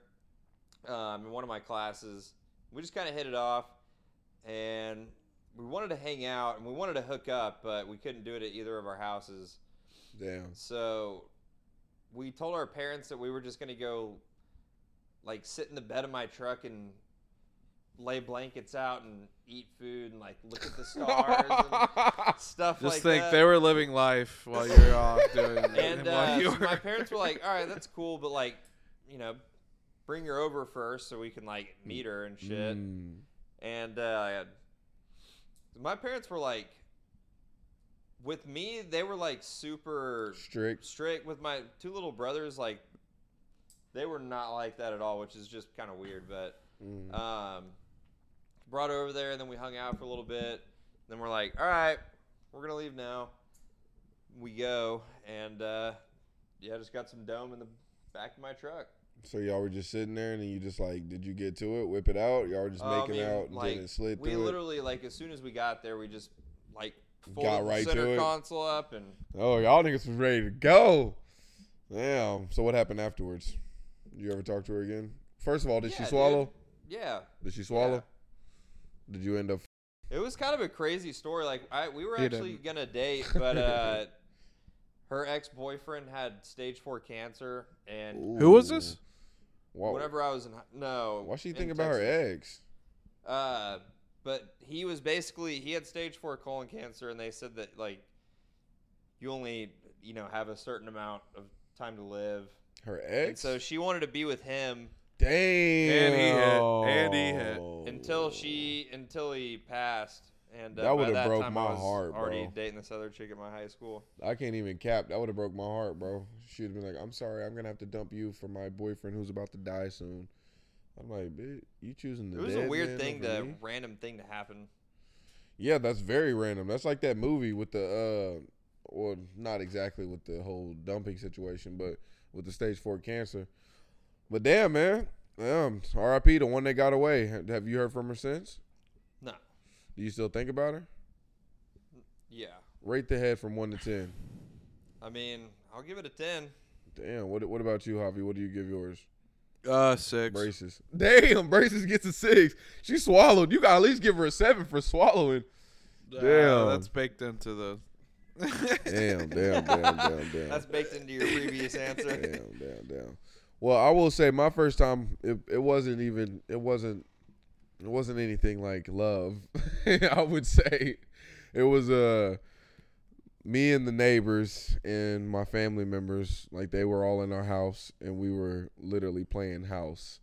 um, in one of my classes. We just kind of hit it off, and we wanted to hang out and we wanted to hook up, but we couldn't do it at either of our houses. Damn. So we told our parents that we were just going to go like sit in the bed of my truck and lay blankets out and eat food and like look at the stars and stuff Just like think that. they were living life while you were off doing and while uh, you so were- my parents were like, "All right, that's cool, but like, you know, bring her over first so we can like meet her and shit." Mm. And uh, my parents were like, with me, they were like super Strict. strict with my two little brothers like they were not like that at all which is just kind of weird but Mm. um brought her over there and then we hung out for a little bit then we're like all right we're gonna leave now we go and uh yeah just got some dome in the back of my truck So y'all were just sitting there, and then you just like, did you get to it? Whip it out? Y'all were just Uh, I making mean, out and like, getting slid we through literally like as soon as we got there we just like folded Got right the center to it. console up and it. Oh, y'all niggas was ready to go. Damn. So what happened afterwards? Did you ever talk to her again? First of all, did Yeah, she dude. swallow? yeah Did she swallow? Did you end up? It was kind of a crazy story. Like I, we were You um, actually didn't. gonna date, but uh, her ex boyfriend had stage four cancer, and Who was this? Why, whenever I was in hi- no, why she in think about her Texas. eggs? Uh, but he was basically he had stage four colon cancer, and they said that like you only you know have a certain amount of time to live, Her and ex? so she wanted to be with him Damn. And he hit. And he hit. until she until he passed. And uh, Oh. That by would've that broke time, my I was heart, Already bro. dating this other chick at my high school. I can't even cap. That would have broke my heart, bro. She'd have been like, "I'm sorry, I'm gonna have to dump you for my boyfriend who's about to die soon." I'm like, "Bitch, you choosing the It was a dead weird man thing over to me?" random thing to happen. Yeah, that's very random. That's like that movie with the uh, well, not exactly with the whole dumping situation, but with the stage four cancer. But damn, man, damn. R.I.P. The one that got away. Have you heard from her since? No. Do you still think about her? Yeah. Rate the head from one to ten. I mean, I'll give it a 10. Damn. What What about you, Javi? What do you give yours? uh six. Braces. Damn, braces gets a six. She swallowed. You got to at least give her a seven for swallowing. Uh, Damn. that's baked into the Damn, damn, damn, damn, damn. That's baked into your previous answer. damn, damn, damn. Well, I will say my first time it, it wasn't even it wasn't it wasn't anything like love. I would say it was uh me and the neighbors and my family members like they were all in our house and we were literally playing house.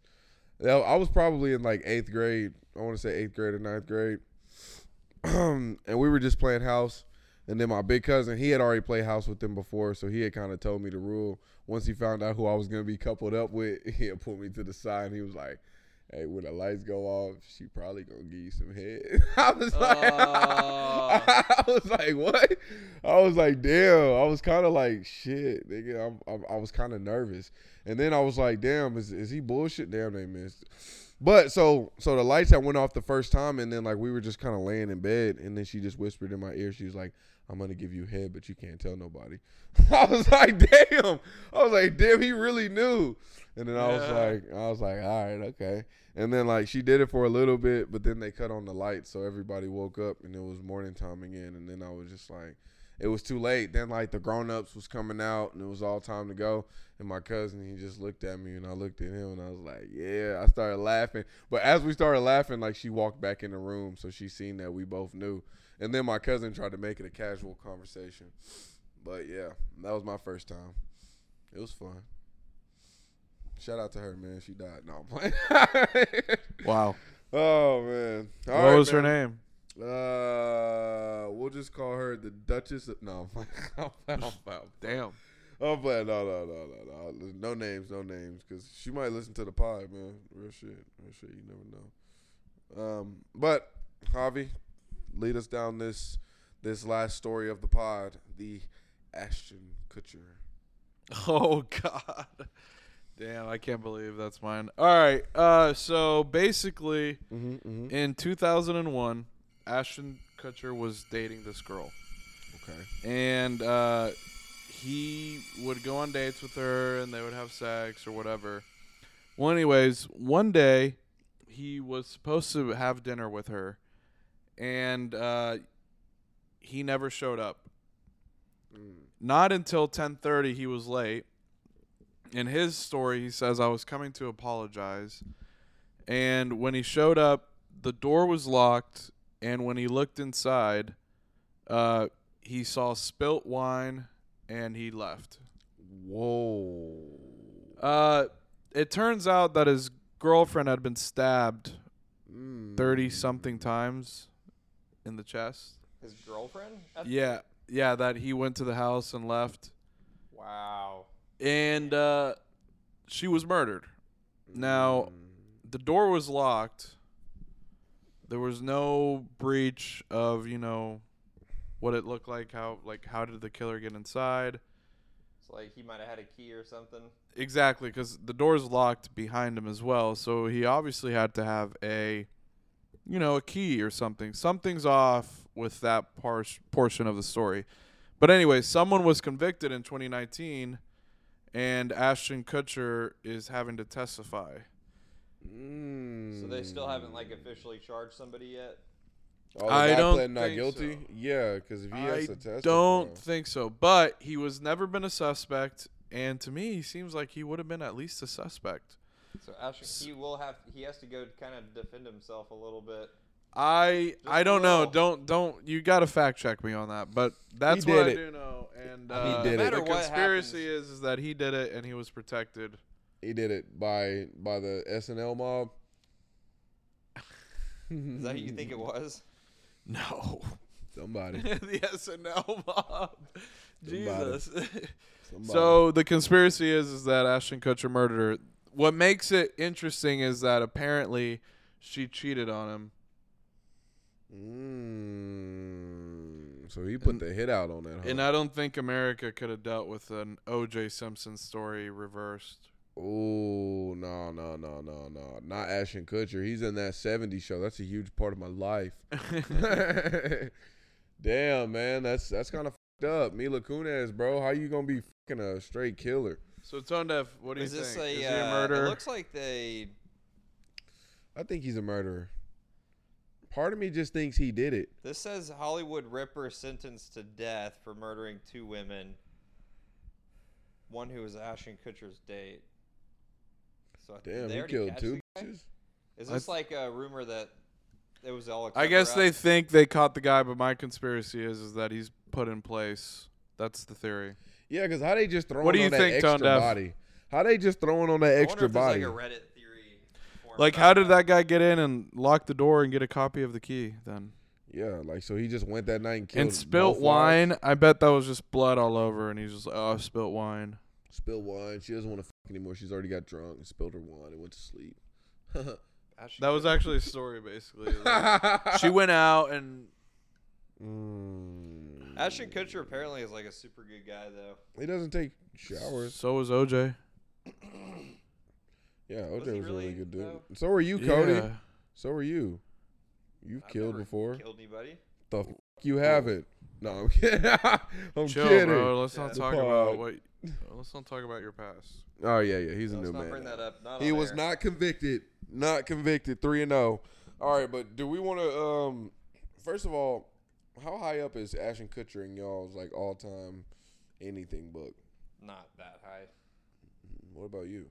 Now, I was probably in like 8th grade. I want to say 8th grade or ninth grade. and we were just playing house And then my big cousin, he had already played house with them before, so he had kind of told me the rule. Once he found out who I was gonna be coupled up with, he had pulled me to the side. and He was like, "Hey, when the lights go off, she probably gonna give you some head." I was like, Oh. I was like, "What?" I was like, "Damn!" I was kind of like, "Shit, nigga." I'm, I'm, I was kind of nervous, and then I was like, "Damn, is is he bullshit?" Damn, they missed. But so so the lights had went off the first time, and then like we were just kind of laying in bed, and then she just whispered in my ear, she was like, "I'm gonna give you head, but you can't tell nobody." I was like, "Damn!" I was like, "Damn!" He really knew. And then I was Yeah. like, I was like, all right, okay. And then like she did it for a little bit, but then they cut on the lights, so everybody woke up, and it was morning time again. And then I was just like, it was too late. Then like the grown ups was coming out, and it was all time to go. And my cousin, he just looked at me, and I looked at him, and I was like, yeah. I started laughing, but as we started laughing, like she walked back in the room, so she seen that we both knew. And then my cousin tried to make it a casual conversation, but yeah, that was my first time. It was fun. Shout out to her, man. She died. No, I'm playing. Wow. oh man. All what right, was man. her name? Uh, we'll just call her the Duchess. Of, no, I'm playing. I'm playing. I'm playing. Oh, Damn. I'm playing. No, no, no, no, no. No names, no names, because she might listen to the pod, man. Real shit, real shit. You never know. Um, but Javi, lead us down this this last story of the pod, the Ashton Kutcher. Oh God. Damn, I can't believe that's mine. All right. Uh, so basically, Mm-hmm, mm-hmm. in 2001, Ashton Kutcher was dating this girl, Okay. and uh, he would go on dates with her, and they would have sex or whatever. Well, anyways, one day he was supposed to have dinner with her, and uh, he never showed up. Not until 10:30 he was late. In his story, he says I was coming to apologize, and when he showed up, the door was locked, and when he looked inside, uh, he saw spilt wine, and he left. Whoa. Uh, it turns out that his girlfriend had been stabbed Mm. 30 something times in the chest. His girlfriend? That's- Yeah. Yeah, that he went to the house and left. Wow. And uh, she was murdered. Now, the door was locked. There was no breach of, you know, what it looked like, how like how did the killer get inside? It's like he might have had a key or something. Exactly, because the door's locked behind him as well, so he obviously had to have a, you know, a key or something. Something's off with that par- portion of the story. But anyway, someone was convicted in 2019, and Ashton Kutcher is having to testify. Mm. So they still haven't like officially charged somebody yet. Oh, Mm. the I guy don't pled not think guilty. so. Yeah, because if he has I to testify, don't think so, but he was never been a suspect, and to me, he seems like he would have been at least a suspect. So Ashton, he will have he has to go kind of defend himself a little bit. I Just I don't know. roll. Don't don't you got to fact check me on that. But that's He what did I it. do know. And He uh, did it. the Matter what conspiracy is is that he did it and he was protected. he did it by by the SNL mob. Is that who Mm. you think it was? No, Somebody. the SNL mob. Jesus. somebody. so the conspiracy is is that Ashton Kutcher murdered her. What makes it interesting is that apparently she cheated on him. Mm. So he put the hit out on that. Huh? And I don't think America could have dealt with an O.J. Simpson story reversed. oh no no no no no! Not Ashton Kutcher. He's in that '70s show. That's a huge part of my life. Damn man, that's that's kind of fucked up. Mila Kunis, bro. How you gonna be fucking a straight killer? So Tone Deaf, what do Is you this think? a, is he a uh, murderer? It looks like they I think he's a murderer. Part of me just thinks he did it. This says Hollywood Ripper sentenced to death for murdering two women. One who was Ashton Kutcher's date. So I- Damn, they he already killed catch two the guy? bitches. Is I this th- like a rumor that it was all? a I guess cover-up? they think they caught the guy, but my conspiracy is is that he's put in place. That's the theory. Yeah, because how they just throwing do you on that think, extra Tone Deaf? body? How they just throwing on that I extra wonder if body? there's, Like a Reddit theory. form Like, about how did that guy get in and lock the door and get a copy of the key? Then Yeah, like so he just went that night and killed and no spilt flies. wine. I bet that was just blood all over, and he's just like, "Oh, I spilt wine." Spilled wine. She doesn't want to fuck anymore. She's already got drunk and spilled her wine and went to sleep. Actually, That was actually a story, basically. Like, she went out and Mm. Ashton Kutcher apparently is like a super good guy though. He doesn't take showers. so was OJ. Yeah, OJ Was was, he a really, really, good dude. though? So are you, Cody. Yeah. So are you. You've I've killed never before. Killed anybody? The fuck you haven't. No, I'm kidding. I'm Chill, kidding. bro. Let's not Yeah. talk The pod. about what. Let's not talk about your past. Oh yeah, yeah. He's a Let's new not man. bring that up. Not He on was air. not convicted. Not convicted. Three and zero. All right, but do we want to? Um, first of all, how high up is Ashton Kutcher in y'all's like all time anything book? not that high. What about you?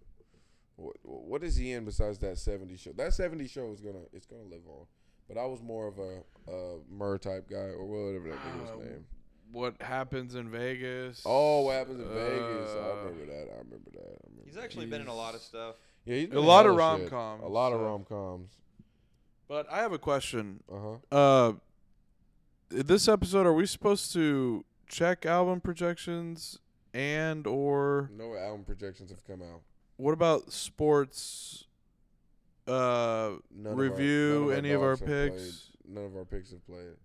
What What is he in besides that seventy show? That seventy show is gonna it's gonna live on. But I was more of a, a Murr type guy or whatever that nigga Uh, was named. What happens in Vegas? Oh, what happens in Vegas? uh, I remember that. I remember that. I remember He's actually been in a lot of stuff. yeah, he's A been in lot of hella shit. rom-coms, A lot of so- rom coms. But I have a question. Uh huh. Uh, this episode, are we supposed to check album projections and or No album projections have come out. what about sports? Uh, None of our- review none any of our dogs have played. picks? None of our picks have played.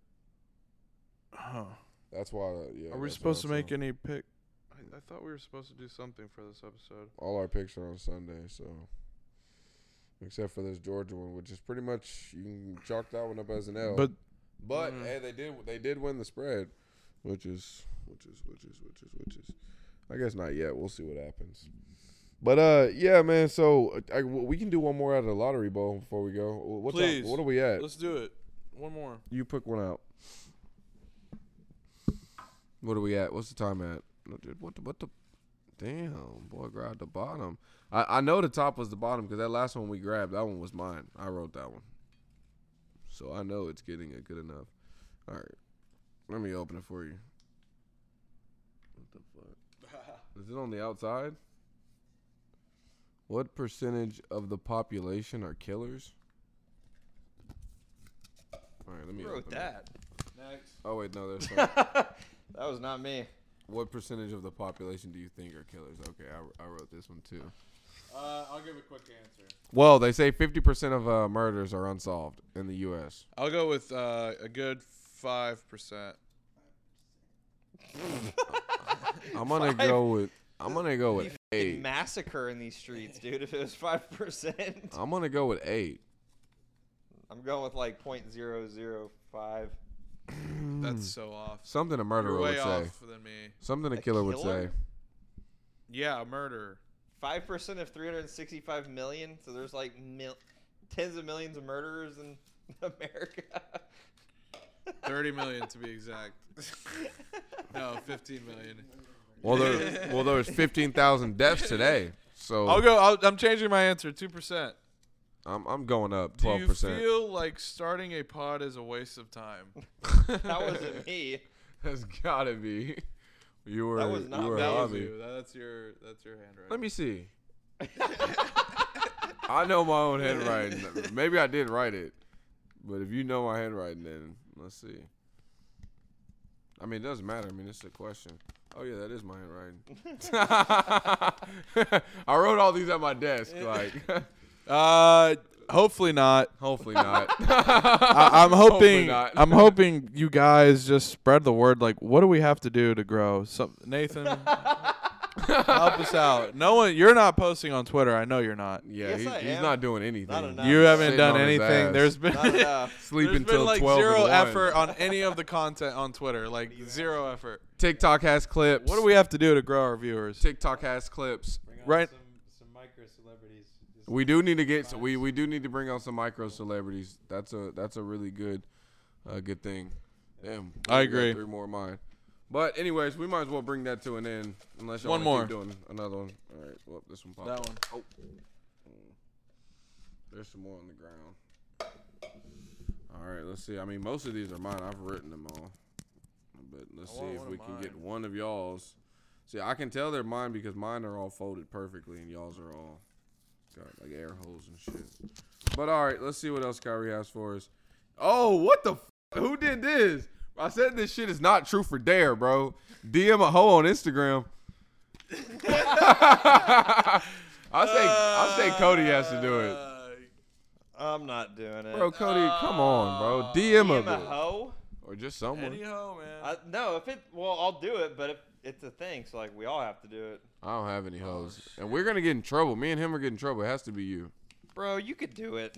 huh. That's why. uh, yeah. Are we that's supposed to what I'm make saying. any pick? I, I thought we were supposed to do something for this episode. All our picks are on Sunday, so except for this Georgia one, which is pretty much you can chalk that one up as an L. Mm-hmm. But But Mm. hey, they did they did win the spread, which is which is which is which is which is. I guess not yet. We'll see what happens. But uh, yeah, man. So I, we can do one more out of the lottery bowl before we go. What time- Please. what are we at? let's do it. One more. You pick one out. What are we at? What's the time at? No, dude, what the what the? Damn, boy, grabbed the bottom. I I know the top was the bottom because that last one we grabbed, that one was mine. I wrote that one, so I know it's getting it good enough. All right, let me open it for you. What the fuck? Is it on the outside? What percentage of the population are killers? All right, let me Who wrote open it. that? Next. Oh wait, no, there's. some- that was not me. what percentage of the population do you think are killers? Okay, I, I wrote this one too. Uh, I'll give a quick answer. Well, they say 50% of uh, murders are unsolved in the U.S. I'll go with uh, a good five percent. I'm gonna Five. go with. I'm gonna go with Fucking eight. Massacre in these streets, dude. If it was five percent, I'm gonna go with eight. I'm going with like point zero zero five. That's so off. Something a murderer You're way would say. off than me. Something a, A killer, would say. killer? Yeah, a murder. Five percent of three hundred sixty-five million. So there's like mil- tens of millions of murderers in America. Thirty million to be exact. no, fifteen million. Well, there, well, there was 15,000 deaths today, so I'll go. I'll, I'm changing my answer. Two percent. I'm I'm going up Do you 12%. feel like starting a pod is a waste of time? that wasn't me. That's gotta be. You were That was you not were me. That was hobby. you. That's your. That's your handwriting. Let me see. I know my own handwriting. Maybe I did write it, but if you know my handwriting, then let's see. I mean, it doesn't matter. I mean, it's a question. Oh yeah, that is my handwriting. I wrote all these at my desk. Like, Uh, hopefully not. hopefully not. I, I'm Hopefully hoping. not. I'm hoping you guys just spread the word. Like, what do we have to do to grow? Some Nathan, help us out. No one. You're not posting on Twitter. I know you're not. yeah, Yes, he's, I he's am. not doing anything. Not enough. You haven't Sitting done on his anything. ass. There's been Not enough. Sleeping there's been until like twelve. and zero one. effort on any of the content on Twitter. Like zero effort. TikTok has clips. What do we have to do to grow our viewers? TikTok has clips. Bring on Right. some, some micro celebrities. Just We do need to get so we we do need to bring on some micro celebrities. That's a that's a really good uh, good thing. Damn, I we got agree. Three more of mine. But anyways, we might as well bring that to an end. Unless y'all One wanna keep more. doing another one. All right, well this one popped. That one. Oh, there's some more on the ground. All right, let's see. I mean, most of these are mine. I've written them all, but let's Oh, I see want if one of we can get mine. one of y'all's. See, I can tell they're mine because mine are all folded perfectly, and y'all's are all got like air holes and shit. But all right, let's see what else Kyrie has for us. Oh, what the Who did this? I said this shit is not true for dare, bro. DM a hoe on Instagram. I say I say Cody has to do it. I'm not doing it. Bro, Cody, come on, bro. DM, DM a a bitch. hoe? Or just someone. Anyhow, man. I, no, if it well, I'll do it, but if it's a thing, so like we all have to do it. I don't have any hoes. and we're gonna get in trouble. Me and him are getting in trouble. It has to be you. Bro, you could do it.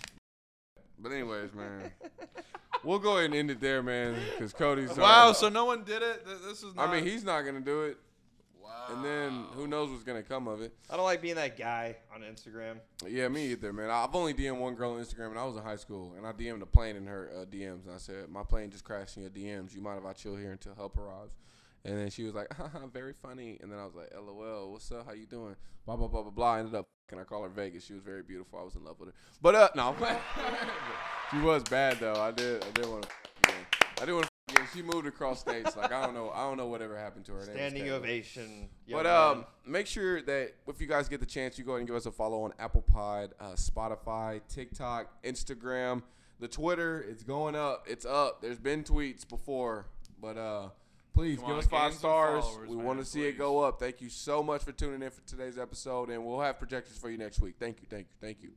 But anyways, man. we'll go ahead and end it there, man. Cause Cody's wow, uh, so no one did it. Th- This is not. I mean he's not gonna do it. Wow. And then who knows what's gonna come of it. I don't like being that guy on Instagram. Yeah, me either, man. I've only DM'd one girl on Instagram, and I was in high school, and I DM'd a plane in her uh, DMs, and I said, "My plane just crashed in your DMs. You mind if I chill here until help arrives?" And then she was like, Haha, "Very funny." And then I was like, "LOL, what's up? How you doing?" Blah blah blah blah blah. I ended up, and I call her Vegas. She was very beautiful. I was in love with her, but uh, no, I'm playing. she was bad though. I did, I did want to, I did want to. She moved across states. Like I don't know, I don't know whatever happened to her. Her name was Standing Caitlin. ovation. young But man. um, make sure that if you guys get the chance, you go ahead and give us a follow on Apple Pod, uh, Spotify, TikTok, Instagram, the Twitter. It's going up. It's up. There's been tweets before, but uh, please Come give on, us five gain some stars. followers, We man, want to see it please. go up. Thank you so much for tuning in for today's episode, and we'll have projections for you next week. Thank you. Thank you. Thank you.